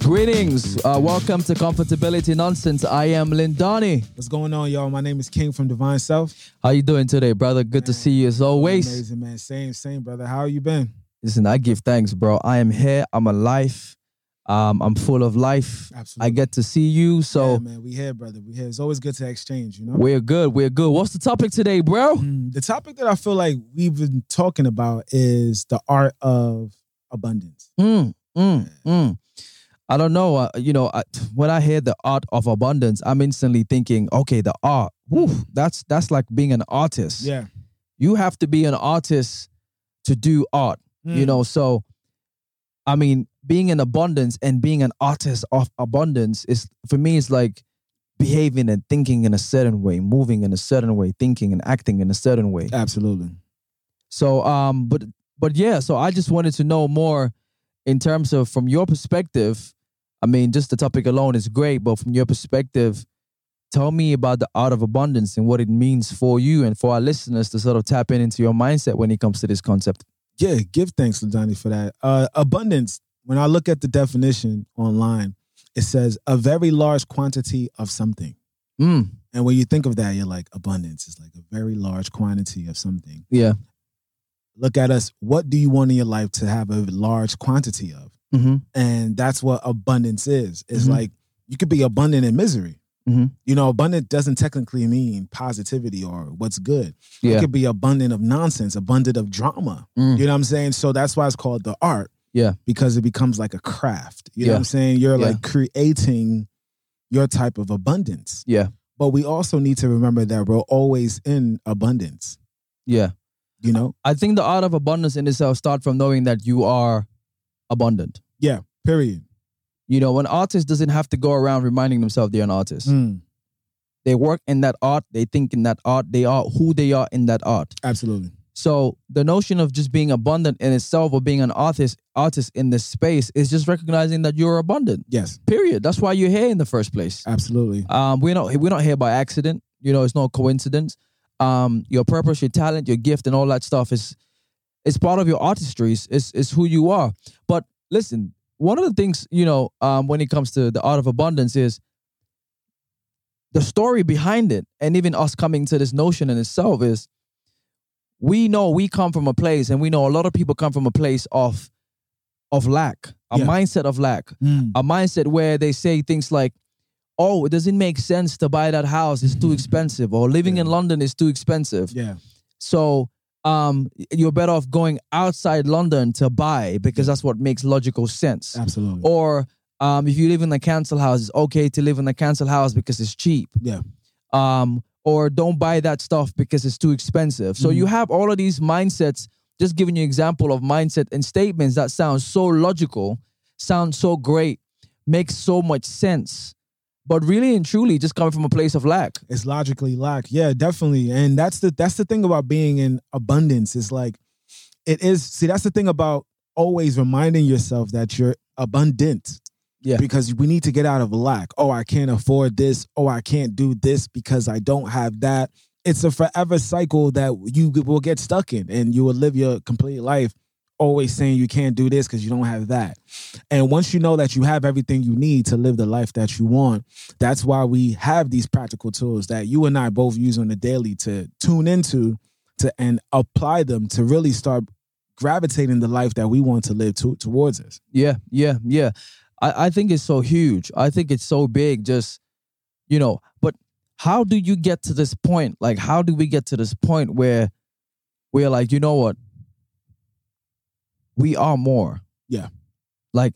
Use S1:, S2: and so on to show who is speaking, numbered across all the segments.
S1: Greetings. Uh, welcome to Comfortability Nonsense. I am Lindani.
S2: What's going on, y'all? My name is King from Divine Self.
S1: How you doing today, brother? Good to
S2: Man,
S1: see you as always.
S2: Amazing, man. Same, same, brother. How you been?
S1: Listen, I give thanks, bro. I am here. I'm alive. Um, I'm full of life.
S2: Absolutely.
S1: I get to see you. So
S2: Yeah, man, we here, brother. We here. It's always good to exchange, you know?
S1: we're good. We're good. What's the topic today, bro?
S2: Mm, the topic that I feel like we've been talking about is the art of abundance.
S1: Mm, mm, mm. I don't know. Uh, you know, I, when I hear the art of abundance, I'm instantly thinking, okay, the art. Woo, that's that's like being an artist.
S2: Yeah.
S1: You have to be an artist to do art.
S2: Hmm.
S1: you know so i mean being in abundance and being an artist of abundance is for me it's like behaving and thinking in a certain way moving in a certain way thinking and acting in a certain way
S2: Absolutely.
S1: so um but but yeah so i just wanted to know more in terms of from your perspective i mean just the topic alone is great but from your perspective tell me about the art of abundance and what it means for you and for our listeners to sort of tap in into your mindset when it comes to this concept
S2: Yeah, give thanks, Ladani, for that. Uh, abundance, when I look at the definition online, it says a very large quantity of something.
S1: mm,
S2: And when you think of that, you're like, abundance is like a very large quantity of something.
S1: yeah
S2: Look at us. What do you want in your life to have a large quantity of?
S1: mm-hmm.
S2: And that's what abundance is. It's
S1: Mhm.
S2: like you could be abundant in misery.
S1: Mhm.
S2: You know, abundant doesn't technically mean positivity or what's good.
S1: Yeah.
S2: It could be abundant of nonsense, abundant of drama.
S1: Mm.
S2: You know what I'm saying? So that's why it's called the art.
S1: Yeah.
S2: Because it becomes like a craft. You know
S1: Yeah.
S2: what I'm saying? You're
S1: Yeah.
S2: like creating your type of abundance.
S1: yeah
S2: But we also need to remember that we're always in abundance,
S1: Yeah.
S2: you know?
S1: I think the art of abundance in itself starts from knowing that you are abundant.
S2: Period.
S1: You know, an artist doesn't have to go around reminding themselves they're an artist.
S2: Mm,
S1: They work in that art, they think in that art, they are who they are in that art.
S2: absolutely.
S1: So the notion of just being abundant in itself or being an artist artist in this space is just recognizing that you're abundant.
S2: Yes,
S1: Period. That's why you're here in the first place.
S2: absolutely.
S1: Um, we're not we're not here by accident. You know, it's no coincidence. Um, your purpose, your talent, your gift, and all that stuff is it's part of your artistry. It's, it's it's who you are. But listen, one of the things you know um, when it comes to the art of abundance is the story behind it, and even us coming to this notion in itself is we know we come from a place, and we know a lot of people come from a place of of lack, a
S2: Yeah.
S1: mindset of lack
S2: Mm,
S1: a mindset where they say things like, "Oh, it doesn't make sense to buy that house; it's too expensive," or "Living in
S2: Mm-hmm. Yeah.
S1: London is too expensive."
S2: yeah,
S1: So, um, you're better off going outside London to buy because that's what makes logical sense.
S2: absolutely.
S1: Or, um, if you live in a council house, it's okay to live in a council house because it's cheap.
S2: Yeah.
S1: Um, or don't buy that stuff because it's too expensive. So
S2: Mhm.
S1: you have all of these mindsets. Just giving you an example of mindset and statements that sound so logical, sound so great, makes so much sense, but really and truly just coming from a place of lack.
S2: It's logically lack. Yeah, definitely. And that's the that's the thing about being in abundance. Is like it is. See, that's the thing about always reminding yourself that you're abundant.
S1: Yeah.
S2: Because we need to get out of lack. Oh, I can't afford this. Oh, I can't do this because I don't have that. It's a forever cycle that you will get stuck in, and you will live your complete life always saying you can't do this because you don't have that. And once you know that you have everything you need to live the life that you want, that's why we have these practical tools that you and I both use on the daily to tune into to and apply them to really start gravitating the life that we want to live to, towards us.
S1: Yeah, yeah, yeah. I, I think it's so huge. I think it's so big, just, you know, but how do you get to this point? Like, how do we get to this point where we're like, you know what? We are more.
S2: Yeah.
S1: Like,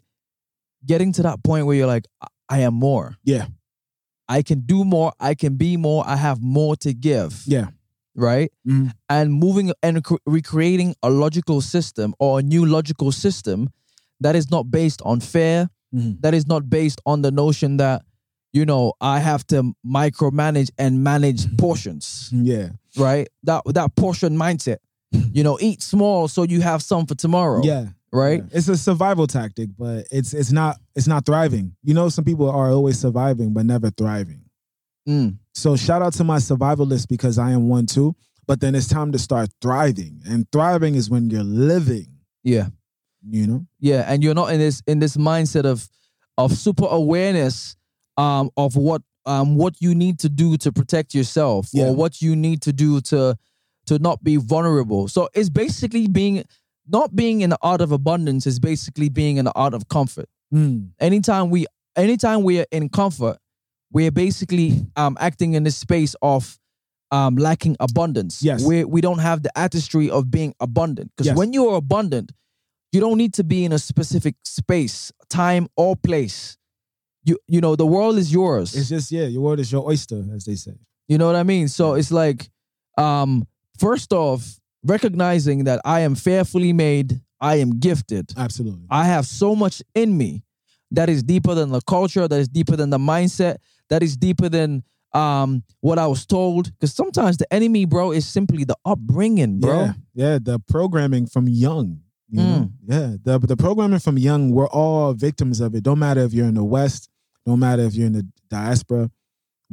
S1: getting to that point where you're like, I, I am more.
S2: Yeah.
S1: I can do more. I can be more. I have more to give.
S2: Yeah.
S1: Right?
S2: Mhm.
S1: and moving and cre- recreating a logical system or a new logical system that is not based on fear,
S2: Mhm.
S1: that is not based on the notion that, you know, I have to micromanage and manage portions,
S2: Yeah.
S1: right? That that portion mindset. You know, eat small so you have some for tomorrow.
S2: Yeah.
S1: Right?
S2: Yeah. It's a survival tactic, but it's it's not it's not thriving. You know, some people are always surviving but never thriving.
S1: Mm,
S2: So shout out to my survivalists because I am one too. But then it's time to start thriving, and thriving is when you're living.
S1: yeah.
S2: You know.
S1: Yeah. And you're not in this in this mindset of of super awareness um, of what um, what you need to do to protect yourself
S2: Yeah.
S1: or what you need to do to to not be vulnerable. So it's basically being not being in the art of abundance is basically being in the art of comfort.
S2: Mm.
S1: Anytime we anytime we're in comfort, we're basically um, acting in this space of um, lacking abundance.
S2: Yes.
S1: We we don't have the artistry of being abundant because
S2: Yes.
S1: when you are abundant, you don't need to be in a specific space, time, or place. You you know the world is yours.
S2: It's just yeah, your word is your oyster, as they say.
S1: You know what I mean? So it's like, um, first off, recognizing that I am fearfully made, I am gifted,
S2: Absolutely.
S1: I have so much in me that is deeper than the culture, that is deeper than the mindset, that is deeper than um what I was told. Because sometimes the enemy, bro, is simply the upbringing, bro. Mm.
S2: Yeah, yeah, the programming from young. You know? Yeah, the the programming from young. We're all victims of it. Don't matter if you're in the West. Don't matter if you're in the diaspora.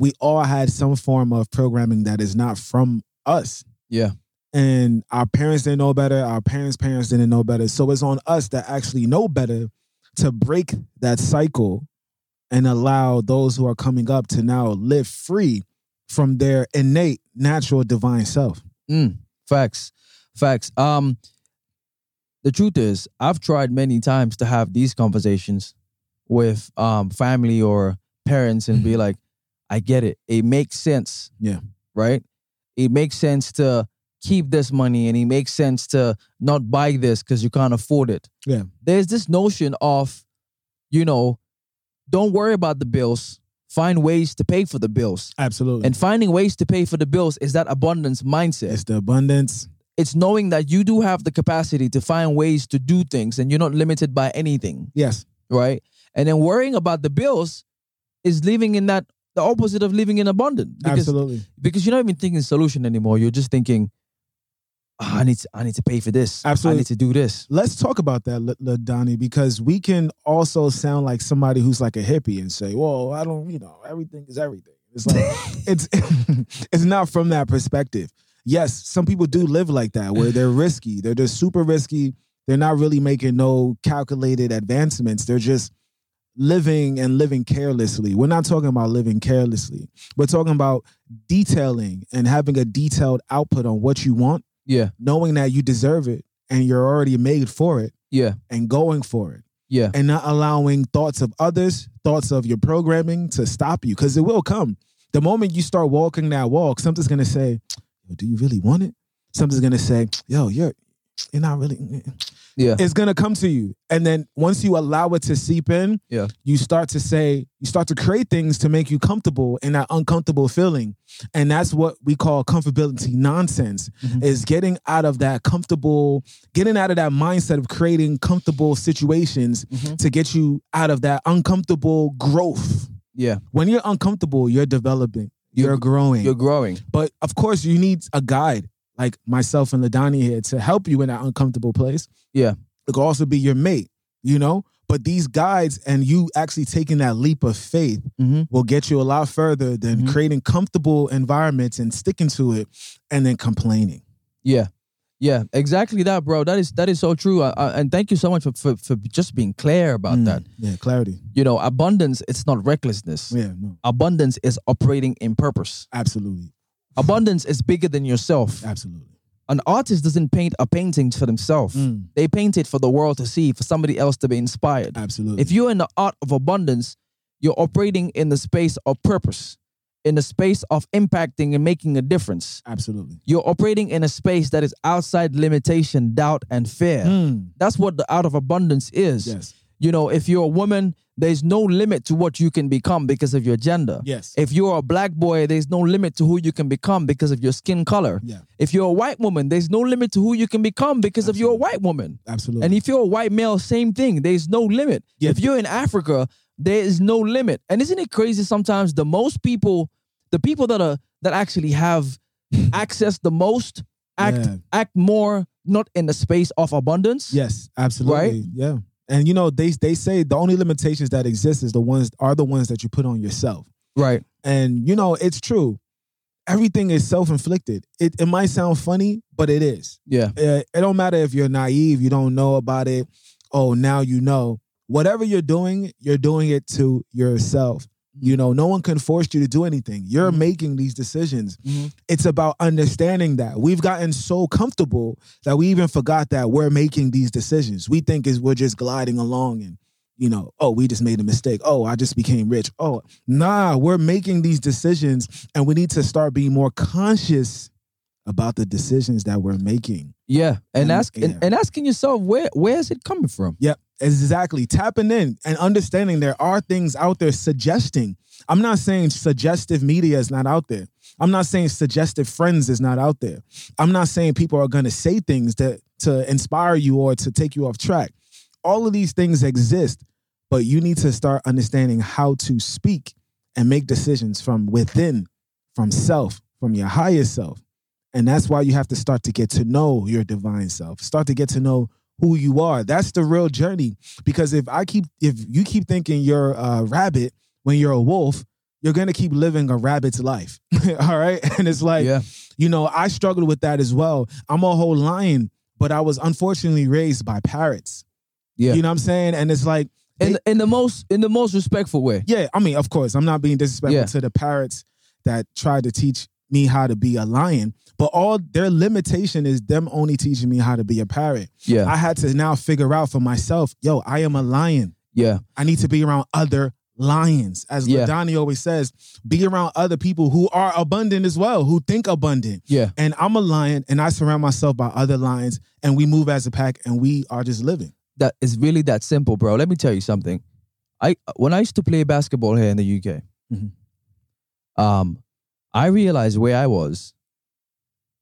S2: We all had some form of programming that is not from us.
S1: Yeah.
S2: And our parents didn't know better. Our parents' parents didn't know better. So it's on us that actually know better to break that cycle and allow those who are coming up to now live free from their innate, natural, divine self.
S1: Mm, facts. Facts. Um the truth is, I've tried many times to have these conversations with um family or parents and be like, I get it. It makes sense.
S2: Mm-hmm. Yeah.
S1: Right? It makes sense to keep this money and it makes sense to not buy this because you can't afford it.
S2: Yeah.
S1: There's this notion of, you know, don't worry about the bills. Find ways to pay for the bills.
S2: Absolutely.
S1: And finding ways to pay for the bills is that abundance mindset
S2: It's the abundance.
S1: it's knowing that you do have the capacity to find ways to do things and you're not limited by anything,
S2: Yes.
S1: right? And then worrying about the bills is living in that the opposite of living in abundant because
S2: absolutely.
S1: because you're not even thinking solution anymore. You're just thinking "Ah, I need to I need to pay for this. I
S2: Absolutely.
S1: need to do this.
S2: Let's talk about that, L- L- Donnie, because we can also sound like somebody who's like a hippie and say, "Well, I don't, you know, everything is everything." It's like it's it's not from that perspective. Yes, some people do live like that, where they're risky. They're just super risky. They're not really making no calculated advancements. They're just living and living carelessly. We're not talking about living carelessly. We're talking about detailing and having a detailed output on what you want.
S1: Yeah,
S2: knowing that you deserve it and you're already made for it
S1: yeah,
S2: and going for it
S1: yeah,
S2: and not allowing thoughts of others, thoughts of your programming to stop you because it will come. The moment you start walking that walk, something's gonna say, "Yo, "Do you really want it?" Something's gonna say, "Yo, you're you're not really." mm,
S1: yeah,
S2: It's gonna come to you, and then once you allow it to seep in,
S1: Yeah.
S2: you start to say, you start to create things to make you comfortable in that uncomfortable feeling, and that's what we call comfortability nonsense.
S1: Mhm.
S2: Is getting out of that comfortable, getting out of that mindset of creating comfortable situations
S1: Mhm.
S2: to get you out of that uncomfortable growth.
S1: yeah.
S2: When you're uncomfortable, you're developing, you're,
S1: You're-
S2: growing.
S1: You're growing.
S2: but of course, you need a guide like myself and Ladani here to help you in that uncomfortable place.
S1: Yeah.
S2: It could also be your mate, you know? But these guides and you actually taking that leap of faith
S1: Mm-hmm.
S2: will get you a lot further than
S1: Mhm.
S2: creating comfortable environments and sticking to it and then complaining.
S1: Yeah, yeah, exactly that, bro. That is that is so true. I, I, and thank you so much for, for for just being clear about
S2: Mm.
S1: that.
S2: Yeah, clarity.
S1: You know, abundance. It's not recklessness.
S2: Yeah, no,
S1: abundance is operating in purpose.
S2: absolutely.
S1: Abundance is bigger than yourself.
S2: Absolutely.
S1: An artist doesn't paint a painting for themselves.
S2: Mm,
S1: They paint it for the world to see, for somebody else to be inspired.
S2: absolutely.
S1: If you're in the art of abundance, you're operating in the space of purpose, in the space of impacting and making a difference.
S2: absolutely.
S1: You're operating in a space that is outside limitation, doubt, and fear.
S2: Mm,
S1: That's what the out of abundance is.
S2: Yes.
S1: You know, if you're a woman, there's no limit to what you can become because of your gender.
S2: Yes.
S1: If you're a black boy, there's no limit to who you can become because of your skin color.
S2: Yeah.
S1: If you're a white woman, there's no limit to who you can become because of you're a white woman.
S2: Absolutely.
S1: And if you're a white male, same thing. There's no limit.
S2: Yeah.
S1: If you're in Africa, there is no limit. And isn't it crazy sometimes the most people, the people that are that actually have access the most act
S2: Yeah.
S1: act more not in the space of abundance.
S2: Yes, absolutely. Yeah. And you know, they they say the only limitations that exist is the ones are the ones that you put on yourself.
S1: Right.
S2: And you know, it's true. Everything is self-inflicted. It it might sound funny, but it is. Eh,
S1: Yeah.
S2: Uh, It don't matter if you're naive, you don't know about it. Oh, now you know. whatever you're doing, you're doing it to yourself. You know, no one can force you to do anything. You're
S1: Mhm.
S2: making these decisions.
S1: Mhm.
S2: It's about understanding that. We've gotten so comfortable that we even forgot that we're making these decisions. We think is we're just gliding along and you know, oh, we just made a mistake. Oh, I just became rich. Oh, nah, we're making these decisions and we need to start being more conscious about the decisions that we're making.
S1: Yeah, and
S2: And-
S1: ask and,
S2: Mm-hmm. yeah.
S1: and asking yourself where where is it coming from?
S2: Exactly. Tapping in and understanding there are things out there suggesting. I'm not saying suggestive media is not out there. I'm not saying suggestive friends is not out there. I'm not saying people are going to say things that to inspire you or to take you off track. All of these things exist, but you need to start understanding how to speak and make decisions from within, from self, from your higher self. And that's why you have to start to get to know your divine self. Start to get to know who you are. That's the real journey. Because if I keep, if you keep thinking you're a rabbit when you're a wolf, you're gonna keep living a rabbit's life. All right. And it's like,
S1: yeah,
S2: you know, I struggled with that as well. I'm a whole lion, but I was unfortunately raised by parrots.
S1: Yeah.
S2: You know what I'm saying? And it's like,
S1: in the, in the most in the most respectful way.
S2: yeah, I mean, of course, I'm not being disrespectful
S1: Yeah.
S2: to the parrots that tried to teach me how to be a lion, but all their limitation is them only teaching me how to be a parrot.
S1: Yeah,
S2: I had to now figure out for myself, yo, I am a lion.
S1: yeah,
S2: I need to be around other lions. As
S1: Yeah.
S2: Ladani always says, be around other people who are abundant as well, who think abundant.
S1: yeah,
S2: And I'm a lion and I surround myself by other lions and we move as a pack and we are just living.
S1: that is really that simple, bro. Let me tell you something. I when I used to play basketball here in the UK,
S2: Mhm. Mm-hmm.
S1: um, I realized where I was,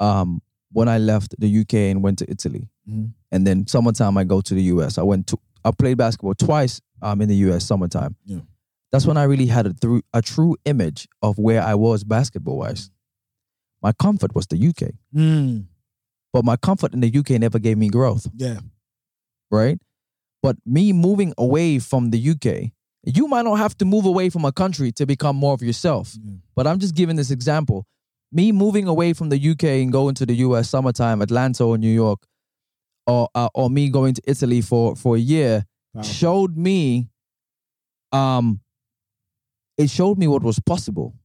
S1: um, when I left the UK and went to Italy,
S2: Mhm.
S1: and then summertime I go to the US. I went to I played basketball twice um in the US summertime.
S2: Yeah.
S1: That's when I really had a through a true image of where I was basketball wise.
S2: Mm-hmm.
S1: My comfort was the UK, but my comfort in the UK never gave me growth.
S2: Yeah.
S1: right? But me moving away from the UK, you might not have to move away from a country to become more of yourself.
S2: Mm.
S1: But I'm just giving this example. Me moving away from the UK and going to the US summertime, Atlanta or New York, or uh, or me going to Italy for for a year
S2: Wow.
S1: showed me, um, it showed me what was possible.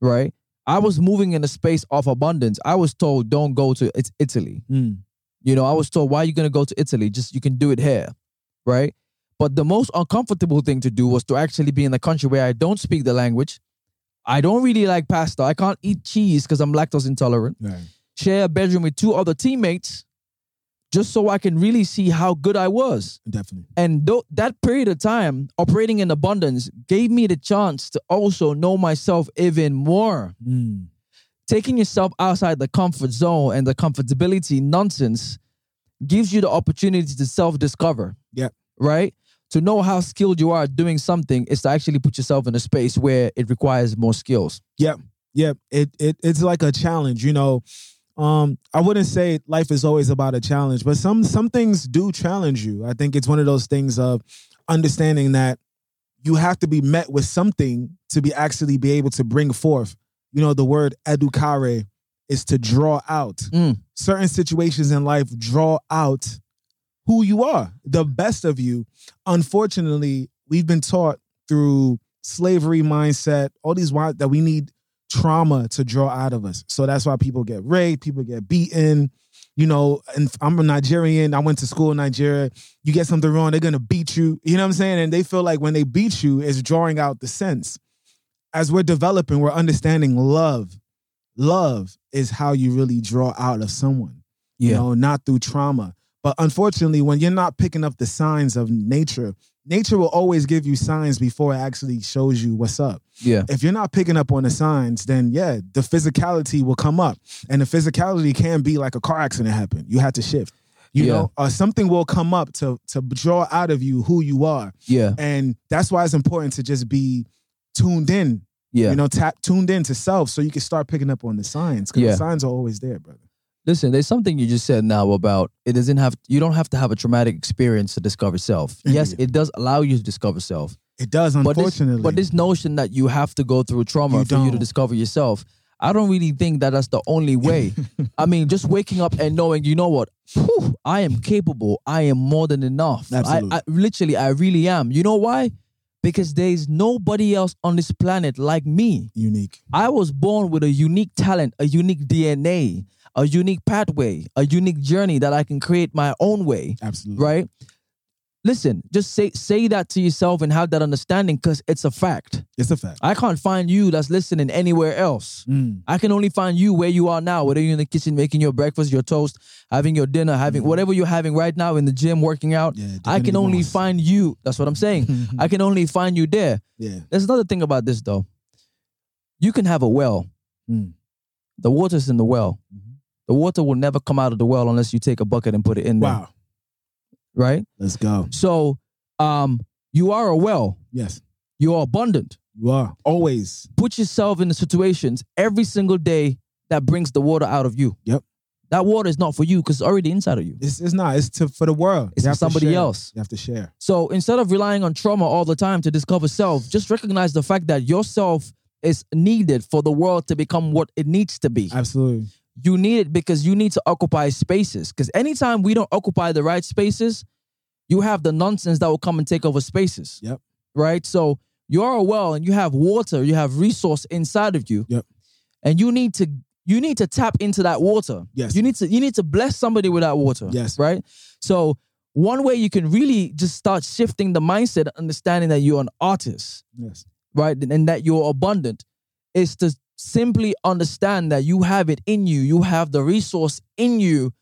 S1: Right, I was moving in a space of abundance. I was told, "Don't go to it's Italy."
S2: Mm.
S1: You know, I was told, why are you going to go to Italy? Just you can do it here, right? But the most uncomfortable thing to do was to actually be in a country where I don't speak the language. I don't really like pasta. I can't eat cheese because I'm lactose intolerant.
S2: Right.
S1: Share a bedroom with two other teammates just so I can really see how good I was.
S2: Definitely.
S1: And th- that period of time, operating in abundance, gave me the chance to also know myself even more
S2: Mm.
S1: taking yourself outside the comfort zone and the comfortability nonsense gives you the opportunity to self discover.
S2: Yep.
S1: Right? To know how skilled you are at doing something is to actually put yourself in a space where it requires more skills.
S2: Yeah. It, it it's like a challenge, you know. Um, I wouldn't say life is always about a challenge, but some some things do challenge you. I think it's one of those things of understanding that you have to be met with something to be actually be able to bring forth. You know, the word educare is to draw out.
S1: Mm.
S2: Certain situations in life draw out who you are, the best of you. Unfortunately, we've been taught through slavery mindset, all these wi- that we need trauma to draw out of us. So that's why people get raped, people get beaten. You know, and I'm a Nigerian. I went to school in Nigeria. You get something wrong, they're gonna beat you. You know what I'm saying? And they feel like when they beat you, it's drawing out the sense. As we're developing, we're understanding love. Love is how you really draw out of someone you know, not through trauma. But unfortunately, when you're not picking up the signs of nature, nature will always give you signs before it actually shows you what's up.
S1: Yeah.
S2: If you're not picking up on the signs, then yeah, the physicality will come up. And the physicality can be like a car accident happened. You had to shift. You
S1: Yeah.
S2: know, or something will come up to to draw out of you who you are.
S1: Yeah.
S2: And that's why it's important to just be tuned in,
S1: Yeah.
S2: you know, tap tuned in to self so you can start picking up on the signs. Because
S1: Yeah.
S2: the signs are always there, brother.
S1: Listen, there's something you just said now about it doesn't have you don't have to have a traumatic experience to discover self. Yes,
S2: Yeah.
S1: it does allow you to discover self.
S2: It does,
S1: But this-
S2: unfortunately.
S1: But this notion that you have to go through trauma
S2: You
S1: for you to
S2: don't.
S1: discover yourself, I don't really think that that's the only way. I mean, just waking up and knowing, you know what, Phew, I am capable. I am more than enough. I,
S2: Absolutely.
S1: I literally, I really am. You know why? Because there's nobody else on this planet like me.
S2: Unique.
S1: I was born with a unique talent, a unique DNA, a unique pathway, a unique journey that I can create my own way
S2: Absolutely.
S1: right? Listen, just say say that to yourself and have that understanding because it's a fact.
S2: It's a fact.
S1: I can't find you that's listening anywhere else.
S2: Mm.
S1: I can only find you where you are now, whether you're in the kitchen making your breakfast, your toast, having your dinner, having whatever you're having right now in the gym, working out.
S2: Yeah,
S1: I can
S2: Divinity
S1: only
S2: Moss.
S1: find you. That's what I'm saying. I can only find you there.
S2: Yeah.
S1: There's another thing about this though. You can have a well.
S2: Mm.
S1: The water's in the well.
S2: Mhm.
S1: The water will never come out of the well unless you take a bucket and put it in there.
S2: Wow.
S1: Right?
S2: Let's go.
S1: So, um, you are a well.
S2: Yes.
S1: You are abundant.
S2: You are always.
S1: Put yourself in the situations every single day that brings the water out of you.
S2: Yep.
S1: That water is not for you because it's already inside of you.
S2: It's, it's not. It's to, for the world.
S1: It's
S2: You
S1: for
S2: have to
S1: somebody
S2: share.
S1: else.
S2: You have to share.
S1: So instead of relying on trauma all the time to discover self, just recognize the fact that yourself is needed for the world to become what it needs to be.
S2: Absolutely.
S1: you need it because you need to occupy spaces. Because anytime we don't occupy the right spaces, you have the nonsense that will come and take over spaces.
S2: Yep.
S1: Right? So you're a well and you have water, you have resource inside of you.
S2: Yep.
S1: And you need to you need to tap into that water.
S2: Yes.
S1: You need to you need to bless somebody with that water.
S2: Yes.
S1: Right? So one way you can really just start shifting the mindset, understanding that you're an artist
S2: Yes.
S1: right, and that you're abundant, is to simply understand that you have it in you. You have the resource in you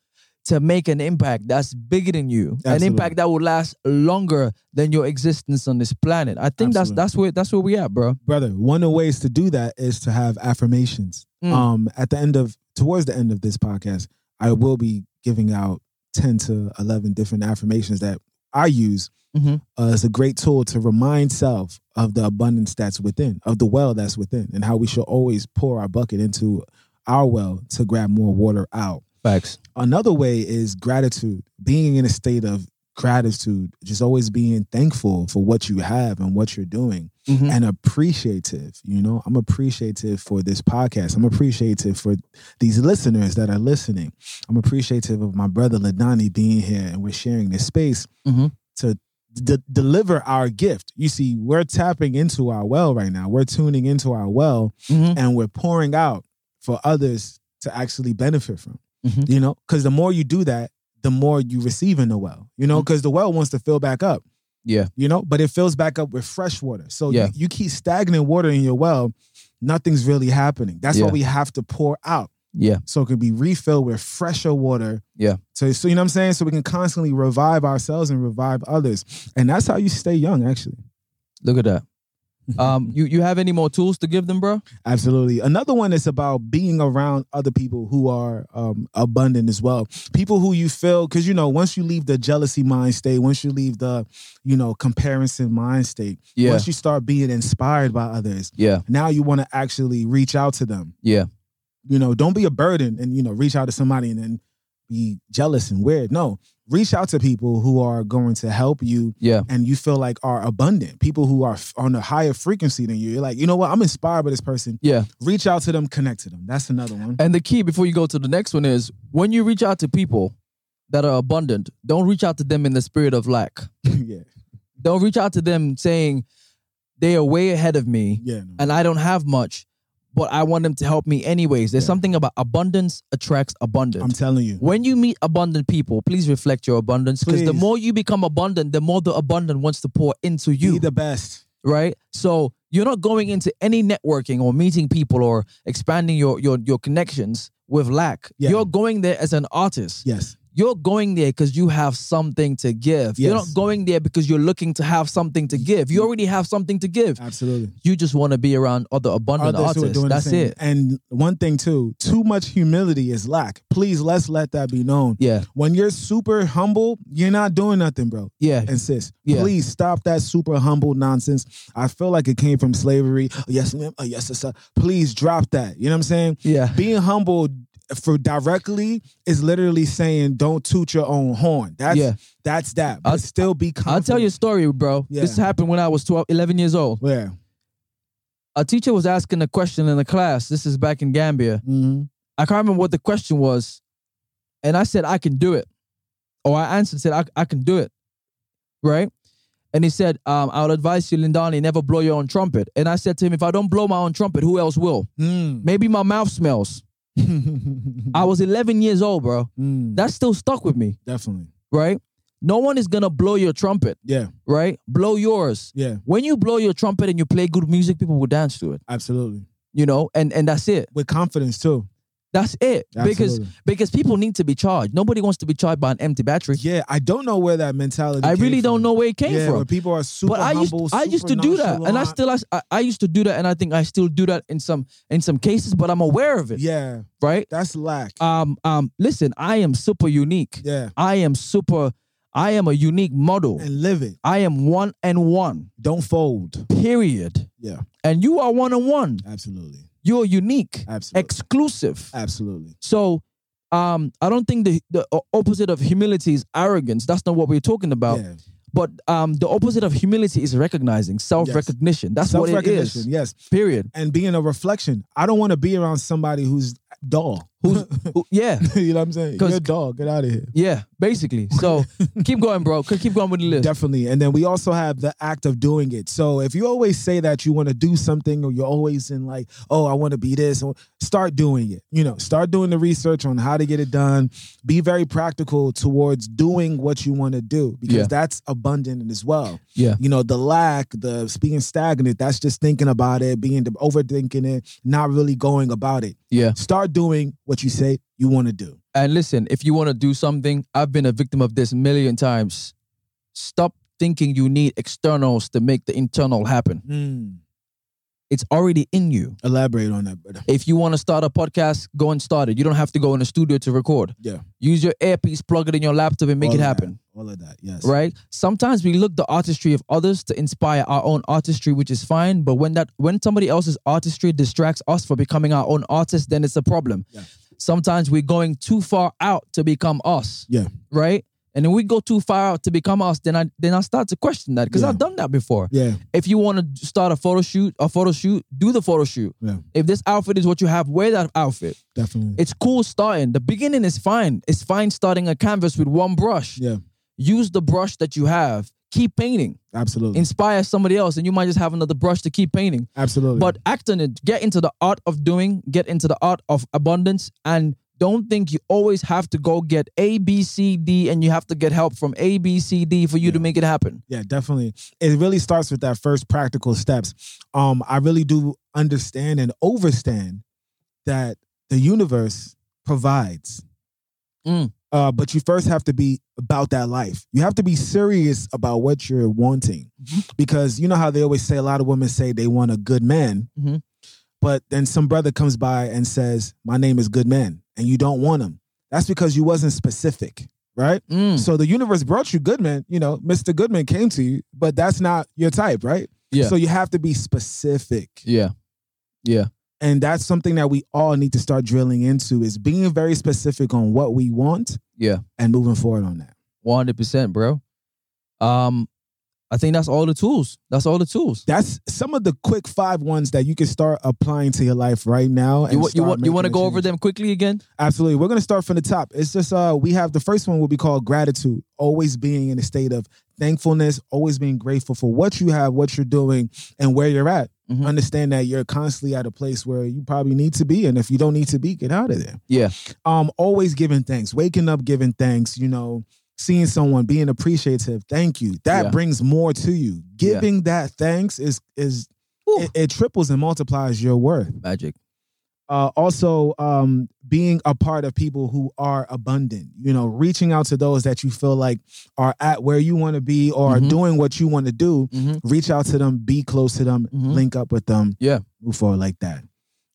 S1: to make an impact that's bigger than you,
S2: Absolutely.
S1: an impact that will last longer than your existence on this planet. I think
S2: Absolutely.
S1: that's that's where that's where we at, bro.
S2: brother one of the ways to do that is to have affirmations
S1: Mm.
S2: um at the end of towards the end of this podcast i will be giving out 10 to 11 different affirmations that i use
S1: Mhm.
S2: uh, it's a great tool to remind self of the abundance that's within of the well that's within and how we should always pour our bucket into our well to grab more water out
S1: Facts.
S2: another way is gratitude being in a state of gratitude just always being thankful for what you have and what you're doing
S1: Mhm.
S2: and appreciative. You know, I'm appreciative for this podcast. I'm appreciative for these listeners that are listening. I'm appreciative of my brother Ladani being here and we're sharing this space
S1: Mhm.
S2: to d- deliver our gift. You see, we're tapping into our well right now. We're tuning into our well
S1: Mhm.
S2: and we're pouring out for others to actually benefit from.
S1: Mhm.
S2: You know, because the more you do that, the more you receive in the well. You know,
S1: Mhm.
S2: because the well wants to fill back up
S1: Yeah.
S2: you know, but it fills back up with fresh water. So
S1: Yeah.
S2: you, you keep stagnant water in your well, nothing's really happening. That's
S1: Yeah.
S2: why we have to pour out
S1: Yeah.
S2: so it can be refilled with fresher water.
S1: Yeah.
S2: So, so you know what I'm saying? So we can constantly revive ourselves and revive others. And that's how you stay young, actually.
S1: Look at that. Um, you you have any more tools to give them, bro?
S2: Absolutely. Another one is about being around other people who are um, abundant as well. People who you feel, because you know, once you leave the jealousy mind state, once you leave the, you know, comparison mind state,
S1: Yeah.
S2: once you start being inspired by others,
S1: Yeah.
S2: now you want to actually reach out to them.
S1: Yeah.
S2: You know, don't be a burden and you know reach out to somebody and then be jealous and weird. No, reach out to people who are going to help you
S1: Yeah.
S2: and you feel like are abundant. People who are f- on a higher frequency than you. You're like, you know what? I'm inspired by this person.
S1: Yeah.
S2: Reach out to them, connect to them. That's another one.
S1: And the key before you go to the next one is when you reach out to people that are abundant, don't reach out to them in the spirit of lack.
S2: yeah,
S1: don't reach out to them saying they are way ahead of me
S2: yeah,
S1: and I don't have much, but I want them to help me anyways. There's
S2: Yeah.
S1: something about abundance attracts
S2: I'm
S1: abundance.
S2: telling you.
S1: when you meet abundant people, please reflect your abundance because the
S2: Please.
S1: more you become abundant, the more the abundant wants to pour into
S2: be
S1: you,
S2: the best.
S1: right? So you're not going into any networking or meeting people or expanding your your your connections with lack.
S2: Yeah.
S1: You're going there as an artist
S2: Yes,
S1: you're going there because you have something to give. You're
S2: Yes. Mm.
S1: not going there because you're looking to have something to give. You already have something to give.
S2: absolutely.
S1: You just want to be around other abundant
S2: Others who are
S1: artists.
S2: doing
S1: That's
S2: the same.
S1: it.
S2: And one thing too, too much humility is lack. Please, let's let that be known.
S1: Yeah,
S2: When you're super humble, you're not doing nothing, bro.
S1: yeah,
S2: And sis,
S1: Yeah.
S2: please stop that super humble nonsense. I feel like it came from slavery. Yes, ma'am. Oh, yes, sir. Please drop that. You know what I'm saying?
S1: yeah,
S2: Being humble for directly is literally saying don't toot your own horn. That's
S1: yeah.
S2: that's that. But
S1: I'll-
S2: still be
S1: I'll
S2: confident.
S1: tell you a story, bro.
S2: Yeah.
S1: This happened when I was 12, 11 years old.
S2: where.
S1: a teacher was asking a question in the class. This is back in Gambia.
S2: Mm-hmm.
S1: I can't remember what the question was. And I said, I can do it. Or I answered, said, I, I can do it. Right? And he said, um, I would advise you, Lindani, never blow your own trumpet. And I said to him, if I don't blow my own trumpet, who else will?
S2: Mm.
S1: Maybe my mouth smells. I was 11 years old, bro.
S2: Mm,
S1: That still stuck with me,
S2: definitely.
S1: right? No one is going to blow your trumpet,
S2: Yeah,
S1: right? Blow yours.
S2: yeah,
S1: When you blow your trumpet and you play good music, people will dance to it,
S2: absolutely.
S1: you know? And and that's it.
S2: With confidence too.
S1: That's it. Because
S2: Absolutely.
S1: because people need to be charged. Nobody wants to be charged by an empty battery.
S2: yeah, I don't know where that mentality.
S1: I really
S2: came
S1: don't
S2: from.
S1: know where it came
S2: yeah,
S1: from.
S2: But people are super
S1: But I used
S2: humble.
S1: I used to
S2: super
S1: do that, and I
S2: nonchalant.
S1: still I, I used to do that, and I think I still do that in some in some cases. But I'm aware of it,
S2: Yeah,
S1: right?
S2: that's lack.
S1: Um, um, listen, I am super unique.
S2: yeah,
S1: I am super. I am a unique model.
S2: and live it.
S1: I am one and one.
S2: Don't fold.
S1: Period.
S2: Yeah,
S1: And you are one and one.
S2: absolutely,
S1: You're unique,
S2: absolutely,
S1: exclusive.
S2: absolutely.
S1: So, um, I don't think the the o- opposite of humility is arrogance. That's not what we're talking about.
S2: yeah.
S1: But um, the opposite of humility is recognizing self recognition. That's what it
S2: Self-recognition,
S1: is.
S2: Yes,
S1: Period.
S2: and being a reflection. I don't want to be around somebody who's dull.
S1: Who's- Who- Yeah,
S2: you know what I'm saying?
S1: 'Cause-
S2: You're dull. Get out of here.
S1: yeah. Basically. So keep going, bro. Keep keep going with the list.
S2: Definitely. And then we also have the act of doing it. So if you always say that you want to do something or you're always in like, oh, I want to be this, or start doing it. You know, start doing the research on how to get it done. Be very practical towards doing what you want to do because
S1: Yeah.
S2: that's abundant as well.
S1: Yeah.
S2: You know, the lack, the being stagnant, that's just thinking about it, being overthinking it, not really going about it.
S1: Yeah.
S2: Start doing what you say you want to do.
S1: And listen, if you want to do something, I've been a victim of this a million times. Stop thinking you need externals to make the internal happen. Mm. It's already in you.
S2: Elaborate on that, brother.
S1: If you want to start a podcast, go and start it. You don't have to go in a studio to record.
S2: Yeah.
S1: Use your earpiece, plug it in your laptop, and make
S2: All
S1: it
S2: of that.
S1: happen.
S2: All of that. Yes.
S1: right sometimes we look the artistry of others to inspire our own artistry which is fine but when that when somebody else's artistry distracts us for becoming our own artist then it's a problem
S2: Yeah.
S1: sometimes we're going too far out to become us
S2: Yeah.
S1: right and then we go too far out to become us then i then i start to question that because
S2: Yeah.
S1: i've done that before
S2: Yeah.
S1: if you want to start a photo shoot a photo shoot do the photo shoot
S2: Yeah.
S1: if this outfit is what you have wear that outfit
S2: Definitely.
S1: it's cool starting the beginning is fine it's fine starting a canvas with one brush
S2: yeah.
S1: use the brush that you have keep painting
S2: Absolutely.
S1: inspire somebody else and you might just have another brush to keep painting
S2: Absolutely.
S1: but act on it get into the art of doing get into the art of abundance and don't think you always have to go get a b c d and you have to get help from a b c d for you to make it happen
S2: yeah, definitely. It really starts with that first practical steps. Um, I really do understand and overstand that the universe provides.
S1: Mm.
S2: Uh, but you first have to be about that life. You have to be serious about what you're wanting. Because you know how they always say a lot of women say they want a good man.
S1: Mhm.
S2: But then some brother comes by and says, My name is good man, and you don't want him. That's because you wasn't specific, right?
S1: Mm,
S2: So the universe brought you Goodman, you know, Mr. Goodman came to you, but that's not your type, right?
S1: Yeah.
S2: So you have to be specific.
S1: yeah yeah
S2: And that's something that we all need to start drilling into is being very specific on what we want
S1: yeah
S2: and moving forward on that.
S1: 100% bro um i think that's all the tools that's all the tools
S2: That's some of the quick five ones that you can start applying to your life right now.
S1: you, wa- you,
S2: start
S1: wa- you want to
S2: making a
S1: go over
S2: change.
S1: them quickly again
S2: Absolutely. We're going to start from the top. It's just uh we have the first one will be called gratitude, always being in a state of thankfulness, always being grateful for what you have, what you're doing, and where you're at.
S1: Mhm.
S2: Understand that you're constantly at a place where you probably need to be and if you don't need to be, get out of there.
S1: Yeah.
S2: Um always giving thanks, waking up giving thanks, you know, seeing someone being appreciative. Thank you. That
S1: Yeah.
S2: brings more to you.
S1: Yeah.
S2: Giving that thanks is is
S1: Whew.
S2: it, it triples and multiplies your worth
S1: magic
S2: uh, also um, being a part of people who are abundant you know reaching out to those that you feel like are at where you want to be or
S1: Mhm.
S2: are doing what you want to do
S1: Mhm.
S2: reach out to them be close to them
S1: Mhm.
S2: link up with them
S1: Yeah.
S2: move forward like that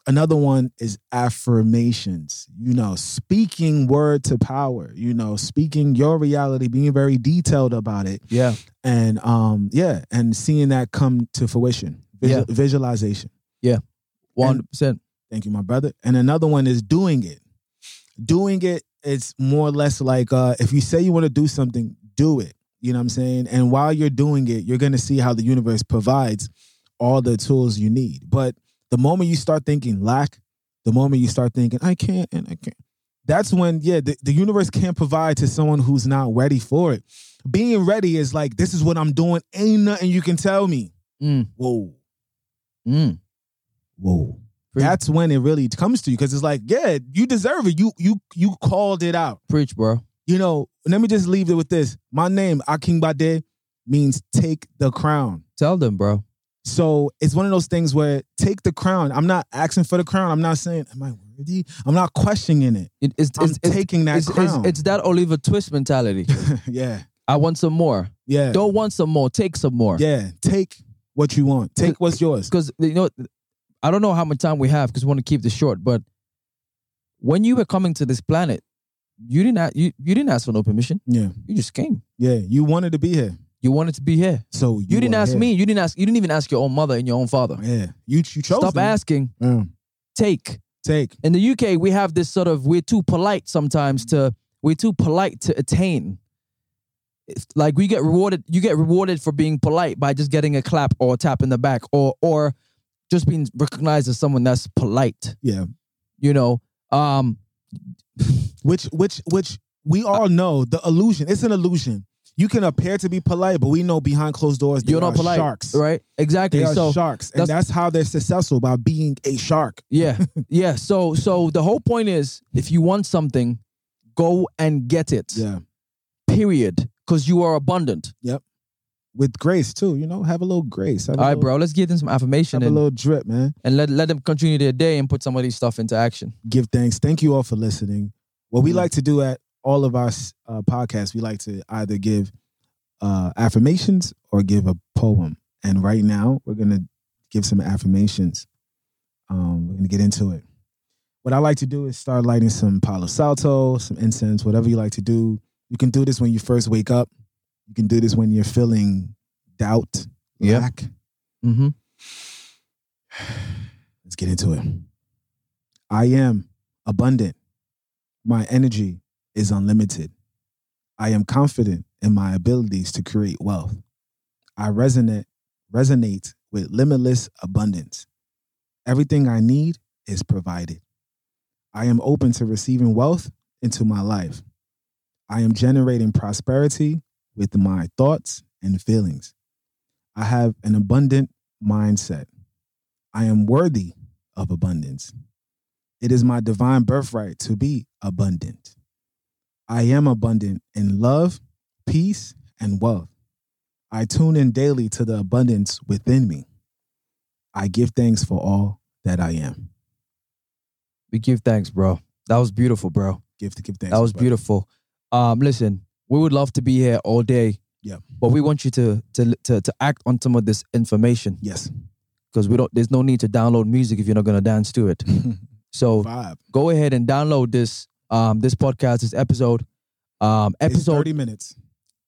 S2: another one is affirmations you know speaking word to power you know speaking your reality being very detailed about it
S1: yeah
S2: and um yeah and seeing that come to fruition Visual- visualization
S1: 100%
S2: Thank you, my brother. And another one is doing it. Doing it, it's more or less like uh, if you say you want to do something, do it. You know what I'm saying? And while you're doing it, you're going to see how the universe provides all the tools you need. But the moment you start thinking lack, the moment you start thinking, I can't and I can't, that's when, yeah, the, the universe can't provide to someone who's not ready for it. Being ready is like, this is what I'm doing. Ain't nothing you can tell me.
S1: Mm.
S2: Whoa,
S1: Mm.
S2: whoa.
S1: Preach.
S2: That's when it really comes to you because it's like, yeah, you deserve it. You you you called it out.
S1: Preach, bro.
S2: You know, let me just leave it with this. My name, Aking Bade, means take the crown.
S1: Tell them, bro.
S2: So it's one of those things where take the crown. I'm not asking for the crown. I'm not saying, am I worthy? I'm not questioning it.
S1: It- it's,
S2: I'm
S1: it's, it's,
S2: taking that
S1: it's, it's,
S2: crown.
S1: it's that Oliver Twist mentality.
S2: yeah.
S1: I want some more.
S2: Yeah.
S1: Don't want some more. Take some more.
S2: yeah. Take what you want. Take what's yours.
S1: Because you know, I don't know how much time we have because we want to keep this short. But when you were coming to this planet, you didn't a- you you didn't ask for no permission.
S2: Yeah.
S1: You just came.
S2: Yeah. You wanted to be here.
S1: You wanted to be here.
S2: So you,
S1: You, didn't
S2: are
S1: ask
S2: here.
S1: me. You didn't ask. You didn't even ask your own mother and your own father.
S2: Yeah. You, you chose
S1: Stop
S2: them.
S1: asking.
S2: Yeah.
S1: Take.
S2: Take.
S1: In the UK, we have this sort of we're too polite sometimes to we're too polite to attain. It's like we get rewarded, you get rewarded for being polite by just getting a clap or a tap in the back or or just being recognized as someone that's polite.
S2: Yeah.
S1: You know, um,
S2: Which, which, which we all know the illusion. It's an illusion. You can appear to be polite, but we know behind closed doors they
S1: you're
S2: are
S1: not polite,
S2: sharks.
S1: right? Exactly.
S2: They are
S1: so
S2: sharks. And
S1: that's-
S2: that's how they're successful by being a shark.
S1: yeah, yeah. So so the whole point is, if you want something, go and get it.
S2: Yeah.
S1: Period. Because you are abundant.
S2: With grace too, you know, have a little grace. Have a
S1: All right,
S2: little-
S1: bro. Let's give them some affirmation.
S2: Have a
S1: and-
S2: little drip, man.
S1: and let, let them continue their day and put some of these stuff into action.
S2: Give thanks. Thank you all for listening. What we
S1: Mhm.
S2: like to do at all of our uh, podcasts, we like to either give uh, affirmations or give a poem. And right now, we're gonna give some affirmations. Um, we're gonna get into it. What I like to do is start lighting some Palo Santo, some incense, whatever you like to do. You can do this when you first wake up. You can do this when you're feeling doubt,
S1: Yeah.
S2: lack.
S1: Mm-hmm.
S2: Let's get into it. I am abundant. My energy is unlimited. I am confident in my abilities to create wealth. I resonate resonate with limitless abundance. Everything I need is provided. I am open to receiving wealth into my life. I am generating prosperity with my thoughts and feelings. I have an abundant mindset. I am worthy of abundance. It is my divine birthright to be abundant. I am abundant in love, peace, and wealth. I tune in daily to the abundance within me. I give thanks for all that I am.
S1: We give thanks, bro. That was beautiful, bro.
S2: Give to give thanks.
S1: That was
S2: brother.
S1: beautiful. Um, listen, we would love to be here all day.
S2: Yeah.
S1: But we want you to to to, to act on some of this information
S2: Yes.
S1: because we don't. There's no need to download music if you're not gonna dance to it. So
S2: Vibe.
S1: go ahead and download this um this podcast, this episode, um
S2: It's
S1: episode.
S2: 30 minutes.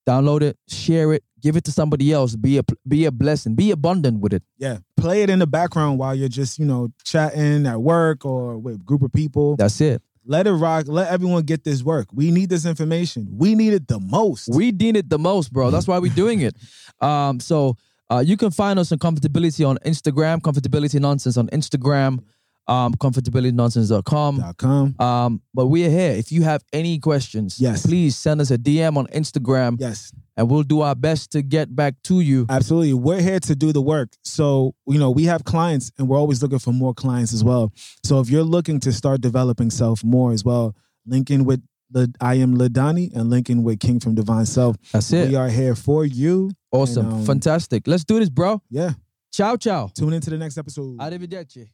S1: Download it, share it, give it to somebody else. Be a be a blessing. Be abundant with it.
S2: Yeah. Play it in the background while you're just, you know, chatting at work or with a group of people.
S1: That's it.
S2: Let it rock. Let everyone get this work. We need this information. We need it the most.
S1: We need it the most, bro. That's why we're doing it. Um, so uh, you can find us on Comfortability on Instagram, Comfortability Nonsense on Instagram, um, comfortabilitynonsense.com.
S2: dot com.
S1: Um, but we are here. If you have any questions,
S2: Yes.
S1: please send us a DM on Instagram
S2: Yes,
S1: and we'll do our best to get back to you.
S2: absolutely. We're here to do the work. So, you know, we have clients and we're always looking for more clients as well. So, if you're looking to start developing self more as well, link in with the I am Ladani and link in with King from Divine Self.
S1: That's it.
S2: We are here for you.
S1: awesome.
S2: and, um,
S1: Fantastic. Let's do this, bro.
S2: Yeah.
S1: Ciao, ciao.
S2: Tune into the next episode.
S1: Arrivederci.